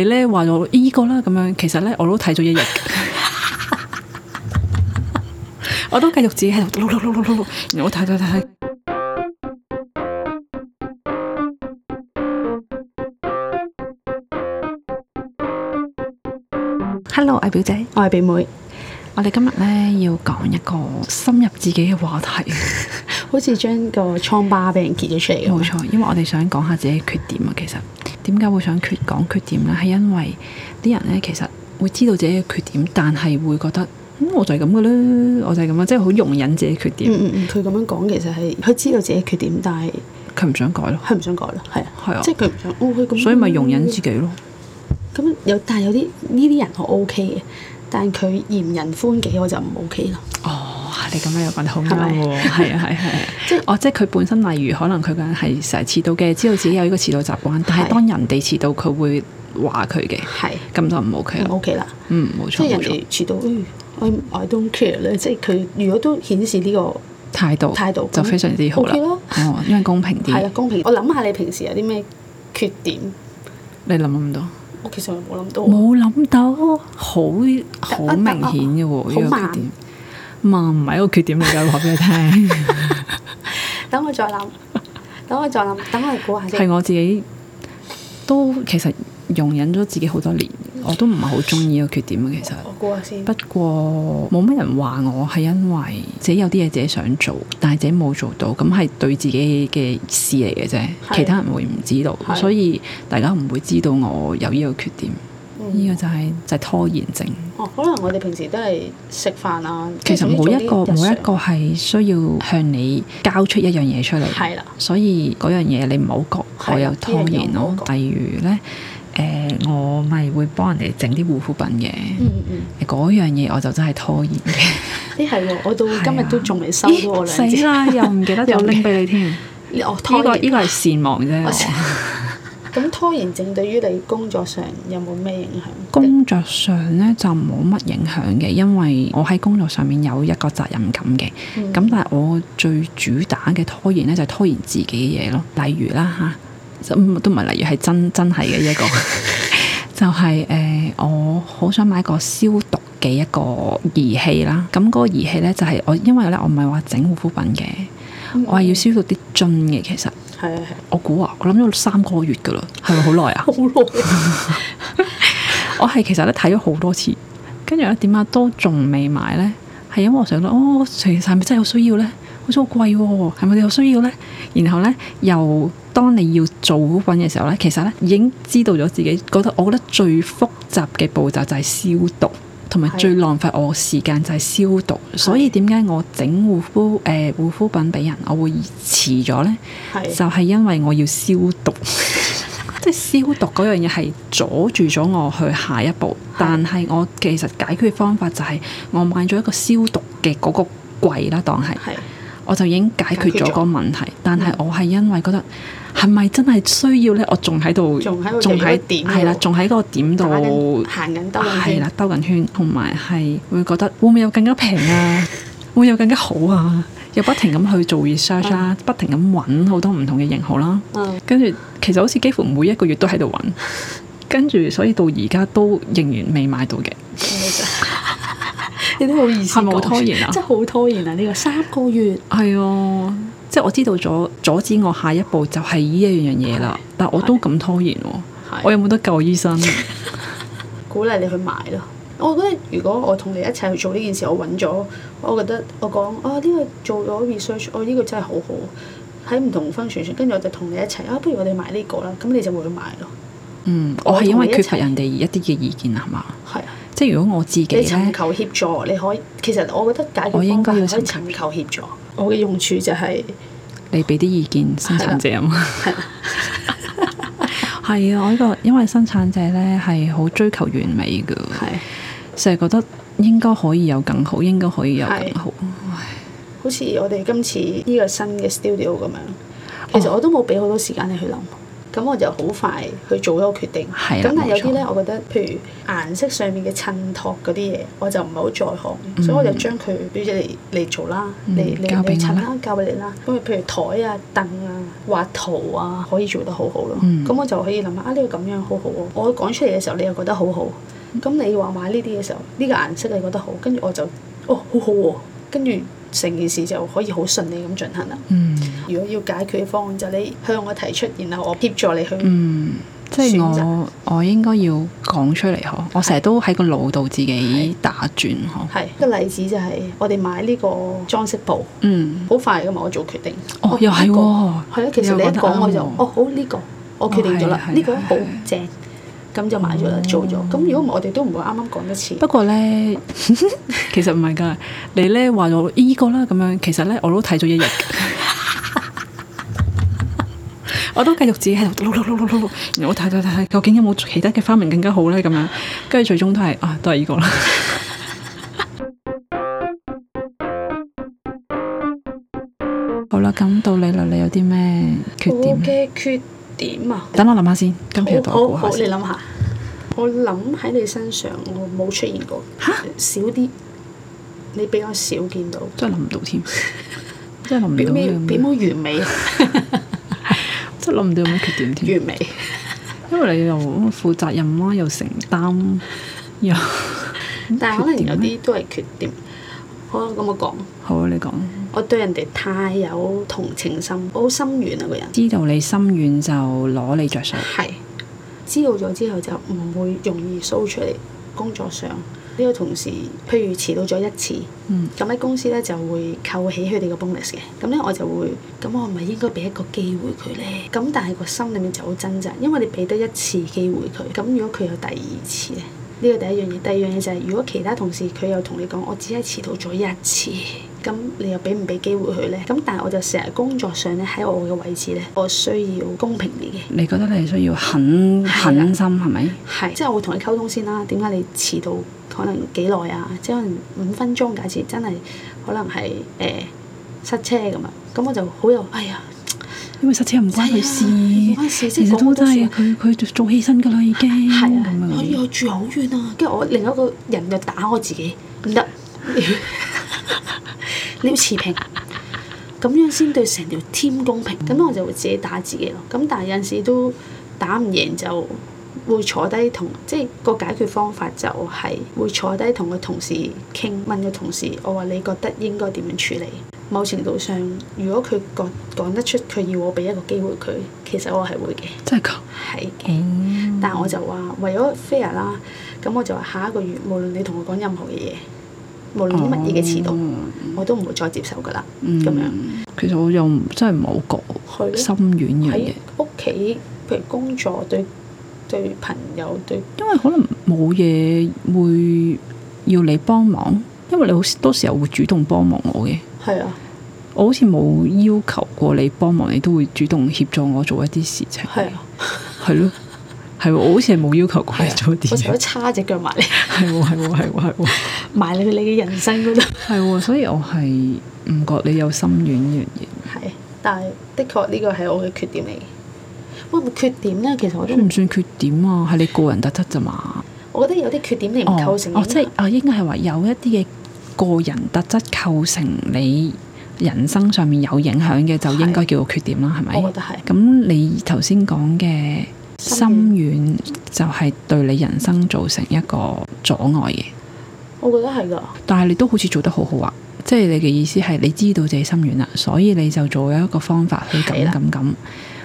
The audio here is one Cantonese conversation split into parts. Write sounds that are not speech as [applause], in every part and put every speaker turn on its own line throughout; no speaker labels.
你咧話我依個啦咁樣，其實咧我都睇咗一日， [laughs] 我都繼續自己喺度碌碌碌碌碌碌，然後我睇睇睇睇。Hello，艾表姐，
我係表妹，
我哋今日咧要講一個深入自己嘅話題，
好似將個瘡疤俾人揭咗出嚟
冇
咁。
錯，因為我哋想講下自己嘅缺點啊。其實點解會想缺講缺點咧？係因為啲人咧其實會知道自己嘅缺點，但係會覺得嗯我就係咁嘅啦，我就係咁啦，即係好容忍自己缺點，
嗯嗯嗯，佢咁樣講其實係佢知道自己缺點，但係
佢唔、想改咯，
佢唔想改咯，係啊，
係啊
即係佢唔想，哦佢咁，
所以咪容忍自己咯。
咁有，但係有啲呢啲人我 O K 嘅，但佢嫌人寬己我就唔 O K 啦。
哦，你咁樣又講得好啱
係咪
喎，係啊係係，
[laughs]
即係哦，即係佢本身例如可能佢個人係成日遲到嘅，知道自己有呢個遲到習慣，但係
係
當人哋遲到，佢會話佢嘅，
係
咁就唔 OK
唔
啦。
O K 啦，
嗯，冇
即
錯
係人
冇錯，
哋遲到，哎我 I don't care 咧，即係佢如果都顯示呢個
態度
態度嗯
就非常之好啦
OK 咯。
哦，因為公平
係啊啦
啲，
公平，我諗下你平時有啲咩缺點，
你諗唔到。
我其實我冇諗到，
冇諗到，好好明顯嘅喎，呢
好
個
慢
缺點。慢唔係一個缺點嚟㗎，話俾你 [laughs]
[laughs]
聽，
等我再諗，等我再諗，等我估下先。
係我自己都其實容忍咗自己好多年，我都唔係好中意呢個缺點嘅其實。
我估下先。
不過冇乜人話我係因為自己有啲嘢自己想做，但係自己冇做到，咁係對自己嘅事嚟嘅啫，
係
其他人會唔知道，
係
所以大家唔會知道我有呢個缺點。
嗯
呢、個就係、就係拖延症。
哦，可能我哋平時都係食飯啊，
其實冇一個
即係總之做啲日常
冇一個係需要向你交出一樣嘢出嚟，
係啦，
所以嗰樣嘢你唔好覺
係
我有拖延咯
呢樣嘢我冇。覺
例如咧，誒、我咪會幫人哋整啲護膚品
嗯
嘅，
嗯嗯，
嗰、樣嘢我就真係拖延嘅。
啲係喎，我到今日都仲未收到我兩
咦啊死
支，
啦！又唔記
[laughs]
得咗拎俾你添。呢
呢我拖
個呢
延。
個係善忘啫。
[laughs] 我
我
咁拖延症對於你工作上有冇咩影響？
工作上咧就冇乜影響嘅，因為我喺工作上面有一個責任感嘅。
嗯
咁但係我最主打嘅拖延咧就係拖延自己嘅嘢咯，例如啦嚇，就唔都唔係例如係真真係嘅一個，就係、誒、我好想買個消毒嘅一個儀器啦。咁嗰個儀器咧就係、我因為咧我唔係話整護膚品嘅，
嗯
我係要消毒啲樽嘅其實。
係係係
我估啊，我諗咗三個月噶啦，係咪好耐啊？
好
我係其實咧睇咗好多次，跟住咧點解都仲未買咧？係因為我想到哦，其實係咪真係有需要咧？好似好貴喎，係咪有需要咧？然後咧又當你要做嗰份嘅時候咧，其實咧已經知道咗自己覺得，我覺得最複雜嘅步驟就係消毒。同埋
係
最浪費我時間就係消毒，所以點解我整護膚誒、呃、護膚品俾人，我會遲咗呢？
耐嘅，係啊
就係因為我要消毒， [laughs] 即係消毒嗰樣嘢係阻住咗我去下一步。但係我其實解決方法就係我買咗一個消毒嘅嗰個櫃啦，當係
係
我就已經解決
解
咗
決咗嗯
個問題。但係我係因為覺得係咪真係需要呢？我仲喺度，
仲喺度
仲喺
仲喺點度
係啦，仲喺嗰個點
打
度
緊行緊兜啊緊
啊係
圈
啦，，兜緊圈，同埋係會覺得會唔會有更加平啊？
[laughs]
會唔會有更加好啊？又不停咁去做 research 啦，不停咁揾好多唔同嘅型號啦。
嗯
跟住其實好似幾乎每一個月都喺度揾，跟住所以到而家都仍然未買到嘅。 [laughs]
[laughs] 你都好意思
係咪好
講
拖延啊
真係好拖延啊！呢個三個月
係啊，即係我知道咗阻止我下一步就係呢一樣嘢啦，但我都咁拖延喎
係，
我有冇得救醫
[laughs]
生？
鼓勵你去買咯。我覺得如果我同你一齊去做呢件事，我揾咗，我覺得我講啊呢、個做咗 research，我、呢哦個真係好好，喺唔同 function 跟住我就同你一齊啊，不如我哋買呢個啦，咁你就會去買咯。
嗯，我係因為缺乏人哋一啲嘅意見係嘛？
係啊，
即係如果我自己
你
咧
尋。求協助，你可以其實我覺得解
我
決
應
方
該
法
要
係可以
尋
尋求協助。我嘅用處就係、
你俾啲意見 [laughs] 生產者啊啊嘛。係啊，我呢、個因為生產者咧係好追求完美嘅，
係
成日覺得應該可以有更好，應該可以有更好。
好
哦
似我哋今次呢個新嘅 studio 咁樣，其實我都冇俾好多時間你去諗。咁咁我就好快去做咗個決定。
係啦
咁但係有啲
冇錯
咧，我覺得譬如顏色上面嘅襯托嗰啲嘢，我就唔係好在行，所以我就將佢表姐嚟嚟做啦，
嗯
你你
交俾
你
我
襯
啦
啦，交俾啊你啦。咁譬如台啊、凳啊、畫圖啊，可以做得好好咯。咁、
嗯
我就可以諗下啊，呢、個咁樣好好喎。我講出嚟嘅時候，你又覺得好好。咁你話買呢啲嘅時候，呢、個顏色你覺得好，跟住我就哦好好喎、跟住成件事就可以好順利咁進行啦。
嗯
如果要解決嘅方案就係你向我提出，然後我協助你去。
嗯，即係我我應該要講出嚟呵，我成日都喺個腦度自己打轉呵。
係一個例子就係我哋買呢個裝飾布，
嗯，
好快噶嘛，我做決定。
哦，又係
呢個
喎，
係啊，其實
又
你一
覺得啱
講我就
喎
哦好呢個，我決定咗
哦
啦
係，係
呢個
係
好
係
正，咁就買咗啦，做咗。咁如果唔係我哋都唔會啱啱講一次。
不過咧，
[laughs]
其實唔係㗎，你咧話我依個啦咁樣，其實咧我都睇咗一日
[laughs]
㗎。我都繼續自己喺度碌碌碌碌碌碌，然後我睇睇睇睇，究竟有冇其他嘅花紋更加好咧？咁樣，跟住最終都係啊，都係依個
[laughs]
啦。好啦，咁到你啦，你有啲咩缺
我
點？
嘅缺點啊，
等我諗下先，今期度
好
我估下
好好，你
先。
諗下，我諗喺你身上我冇出現過，少啲，你比較少見到，
真係諗唔到添，真係諗唔
表
到
面
有咩
表面
[laughs]
完美，
真係諗唔到有咩缺點添。[laughs]
完美。
因為你又負責任啦，又承
[laughs]
擔，又
但係可能有啲都係缺點。好啦，咁我講，
啊好啊！你講，
我對人哋太有同情心，我好心軟啊個人。
知道你心軟就攞你着數。
係知道咗之後就唔會容易 show 出嚟工作上。呢、個同事譬如遲到咗一次，
嗯
咁喺、公司咧就會扣起佢哋個 bonus 嘅。咁咧我就會，咁我咪應該俾一個機會佢咧。咁但係個心裡面就好掙扎，因為你俾得一次機會佢，咁如果佢有第二次咧？呢個第一樣嘢，第二樣嘢就係、如果其他同事佢又同你講，我只係遲到咗一次，咁你又俾唔俾機會佢咧？咁但係我就成日工作上咧喺我嘅位置咧，我需要公平啲嘅。
你覺得你需要狠狠心係咪？
係，即係我會同你溝通先啦。點解你遲到可能幾耐啊？即係可能五分鐘，假設真係可能係誒、呃塞車咁樣，咁我就好有哎呀，
因為塞車唔關佢事，
唔關事，即
其
啊係
實
講
都
好
真
多
係
事。
佢佢做起身㗎啦已經。
係啊
咁樣，
哎呀，住好遠啊！跟住我另一個人就打我自己，唔得， [laughs] 你要你要持平，咁樣先對成條 team 公
嗯
平。咁我就會自己打自己咯。咁但係有陣時都打唔贏就會坐低同，即係個解決方法就係會坐低同個同事傾，問個同事哦我話你覺得應該點樣處理？某程度上，如果佢講講得出，佢要我俾一個機會佢，其實我係會嘅，
真係㗎。
係嘅。但我就話為咗 fair 啦，咁我就話下一個月無論你同我講任何嘅嘢，無論啲乜嘢嘅遲到，
哦
我都唔會再接受噶啦。
嗯
咁樣
其實我又唔真係唔係好覺
係咯
心軟呢樣
喺
嘢，
屋企，譬如工作對對朋友對，
因為可能冇嘢會要你幫忙，因為你好多時候會主動幫忙我嘅。
係啊
我好似冇要求過你幫忙，你都會主動協助我做一啲事情，
係啊，
係咯，係喎，我好似係冇要求過你做啲
我成日
嘢，
都叉只腳埋你，
係喎，係喎，係喎，係喎，
[laughs] 埋你去你嘅人生嗰度。
係喎，所以我係唔覺你有心軟呢樣嘢，
係，但係的確呢個係我嘅缺點嚟嘅。喂，缺點咧，其實我都唔
算唔算缺點啊？係你個人特質咋嘛？
我覺得有啲缺點你唔
哦
構成
哦，即係啊，應該係話有一啲嘅個人特質構成你人生上面有影響嘅，就應該叫做缺點啦，係咪？
我覺得係
咁你頭先講嘅心軟就係對你人生造成一個阻礙嘅，
我覺得係㗎。
但係你都好似做得好好啊！即係你嘅意思係你知道自己心軟啦，所以你就做咗一個方法去
係
咁
啦
咁咁，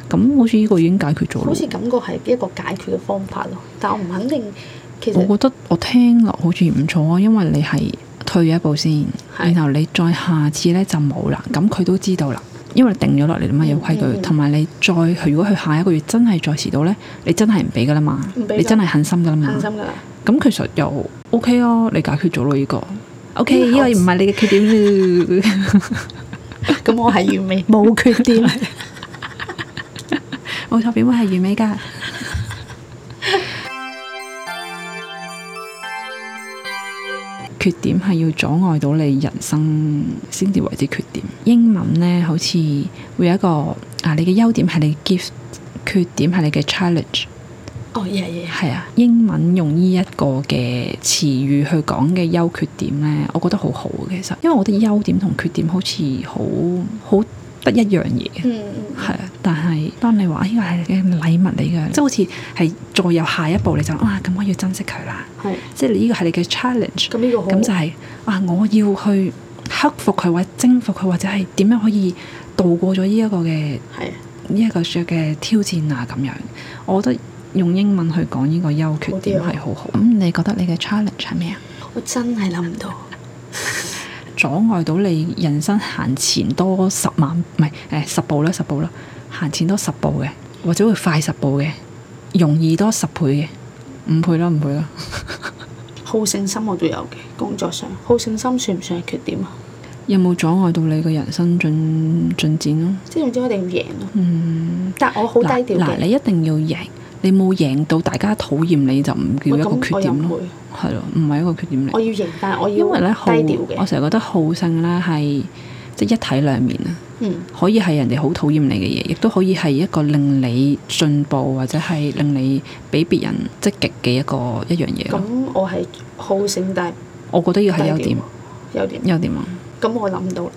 咁好似呢個已經解決咗
好
咯。
似感覺係一個解決嘅方法咯，但我唔肯定其實
我覺得我聽落好似唔錯啊，因為你係退咗一步先，
係
然後你再下次呢就冇啦，咁佢都知道啦。因為你定咗落嚟啦嘛，有規
嗯
矩，
嗯
同埋你再如果佢下一個月真係再遲到呢，你真係唔俾噶啦嘛，
唔俾㗎
你真係狠心噶啦嘛。
狠心㗎啦。
咁其實又 OK 咯，你解決咗咯呢個。OK，
嗯
呢個唔係你嘅缺點啦，
咁我係
[laughs]
完美，冇缺點。
冇錯，表妹係完美㗎。 [laughs] 缺點係要阻礙到你人生先至為之缺點。英文呢，好似會有一個啊，你嘅優點係你 gift 缺點係你嘅 challenge。
哦，yeah yeah，yeah
係啊，英文用呢一個嘅詞語去講嘅優缺點呢，我覺得好好嘅其實，因為我覺得優點同缺點好似好好不一樣嘢嘅。
嗯嗯嗯，
係啊，但係當你話呢個係嘅禮物嚟嘅，即係好似係再有下一步，你就啊咁我要珍惜佢啦。
係。
即係你呢個係你嘅 challenge，
咁呢個好
咁就係、啊我要去克服佢或者征服佢，或者係點樣可以度過咗呢一個嘅
係
呢一個嘅挑戰啊咁樣，我覺得用英文去講呢個優缺點
啊
係好好。咁、你覺得你嘅 challenge 係咩啊？
我真係諗唔到。
阻礙到你人生行前多十萬唔係誒十步啦，十步啦，行前多十步嘅，或者會快十步嘅，容易多十倍嘅，五倍啦，五倍啦。
好勝心我都有嘅，工作上好勝心算唔算係缺點啊？
有冇阻礙到你嘅人生進進展咯？
即係總之我一定要贏咯。但我好低
嗱
調
嗯嗱，
嘅。
你一定要贏，你冇贏到大家討厭你就唔叫
我
一個
咁
缺
我又
點
唔
咯
會，，
係咯，唔係一個缺點嚟
我。要贏，但係我要
因為咧好，
低調
我
嘅。
成日覺得好勝咧係即係一體兩面啊，
嗯，
可以係人哋好討厭你嘅嘢，亦都可以係一個令你進步或者係令你比別人積極嘅一個一樣嘢咯。
咁我係好勝，但
我覺得要係
係
優點，
有點。啊
優點啊，
咁我諗到啦，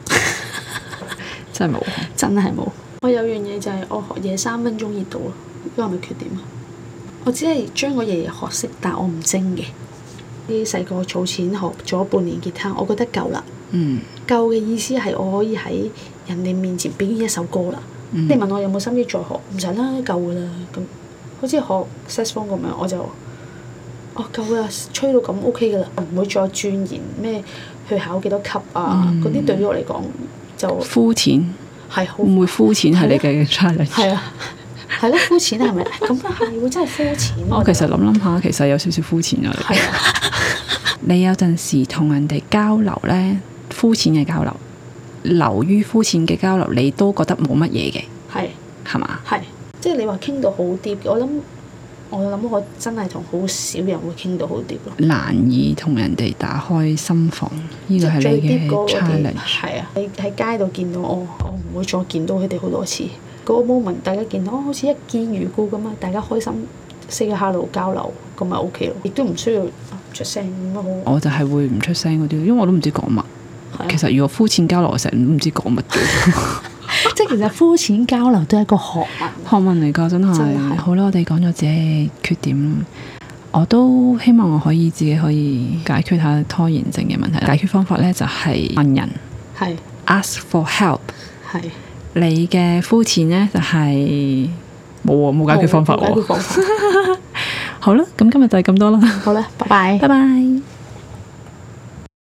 真係冇。
真係冇。我有樣嘢就係我學嘢三分鐘熱度咯，啊呢個係咪缺點啊？我只係將個嘢學識，但我唔精嘅。啲細個儲錢學咗半年吉他，我覺得夠啦。
嗯
夠嘅意思係我可以喺人哋面前表演一首歌啦。
嗯
你問我有冇心機再學？唔使啦，夠噶啦。咁好似學 sax 風咁樣，我就哦夠啦，吹到咁 OK 噶啦，唔會再鑽研咩去考幾多級啊。嗰啲、對於我嚟講就
膚淺
係好
會唔會膚淺係你嘅 challenge？
係啊，係咯，膚淺啊係咪？咁係喎，真係膚淺。啊
我哦其實諗諗下，其實有少少膚淺咗。
係啊，
你有陣時同人哋交流呢，膚淺嘅交流，流於膚淺嘅交流，你都覺得冇乜嘢嘅，
係
係嘛？
係，即係你話傾到好 deep，我諗我諗我真係同好少人會傾到好 deep 咯。
難以同人哋打開心房，呢個係
最
你嘅
deep 嗰個啲
challenge。
係啊！你喺街度見到我，我唔會再見到佢哋好多次。嗰、個 moment 大家見到，哦好似一見如故咁啊！大家開心 say 個 hello 交流，咁咪 OK 咯，亦都唔需要啊出聲咁樣好。
我就係會唔出聲嗰啲，因為我都唔知講乜。
係啊
哦其實如果膚淺交流，我成日都唔知講乜嘅， [laughs]
即係其實膚淺交流都係一個學問。
學問嚟㗎，真
真係
係。好啦，我哋講咗自己嘅缺點啦。我都希望我可以自己可以解決下拖延症嘅問題。解決方法呢，就係問人
係
，ask for help。
係。
你嘅膚淺呢，就係冇喎，冇解決方法
冇解決
喎。
方法。
好啦，咁今日就係咁多啦，
[laughs] 好啦，拜拜
拜。拜。